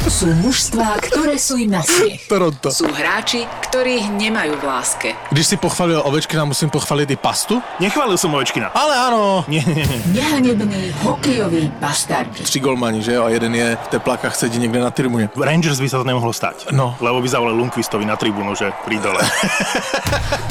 Sú mužstvá, ktoré sú im na smiech. Toronto. Sú hráči, ktorých nemajú v láske. Když si pochválil Ovečkina, musím pochválit i pastu? Nechválil som Ovečkina. Ale ano. Nie, nie, nie. Nehanební hokejoví bastardi. Tři golmani, že jo? A jeden je v teplákach, sedí někde na tribuně. Rangers by sa to nemohlo stať. No. Lebo by zavolal Lundqvistovi na tribúnu, že pri dole.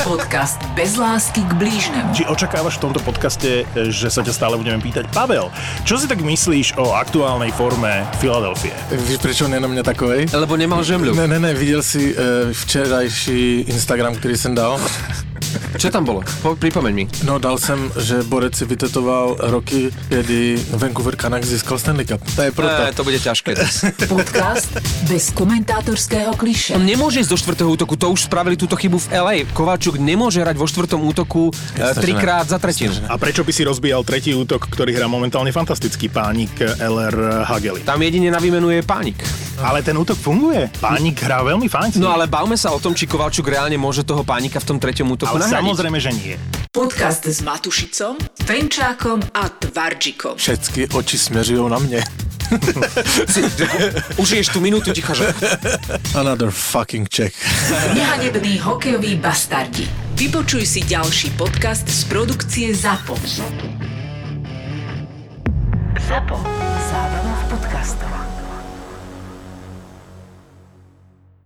Podcast bez lásky k blížnemu. Či očakávaš v tomto podcaste, že sa ťa stále budeme pýtať? Pavel, čo si tak myslíš o aktuálnej forme Filadelfie? Víš, proč on je na mě takovej? Lebo nemal žemľu. Ne, ne, ne, viděl jsi e, včerajší Instagram, který jsem dal. Čo tam bolo? Po, pripomeň mi. No, dal jsem, že Borec si vytetoval roky, kdy Vancouver Canucks získal Stanley Cup. To je proto. E, to bude ťažké. Podcast bez komentátorského kliše. On nemôže ísť do štvrtého útoku, to už spravili túto chybu v LA. Kováčuk nemôže hrať vo štvrtom útoku e, Jasné, že trikrát za tretinu. A prečo by si rozbíjal tretí útok, ktorý hrá momentálne fantastický pánik LR Hageli? Tam jedine na výmenu je pánik. Ale ten útok funguje. Pánik hrá veľmi fajn. No ale bavme sa o tom, či Kováčuk reálne môže toho pánika v tom treťom útoku ale nahradiť. samozrejme, že nie. Podcast s Matušicom, Fenčákom a Tvarčikom. Všetky oči směřují na mě. Si- Užiješ tú minútu ticha, že? Another fucking check. Nehanební hokejoví bastardi. Vypočuj si ďalší podcast z produkcie ZAPO. ZAPO. Zábrná v podcastovách.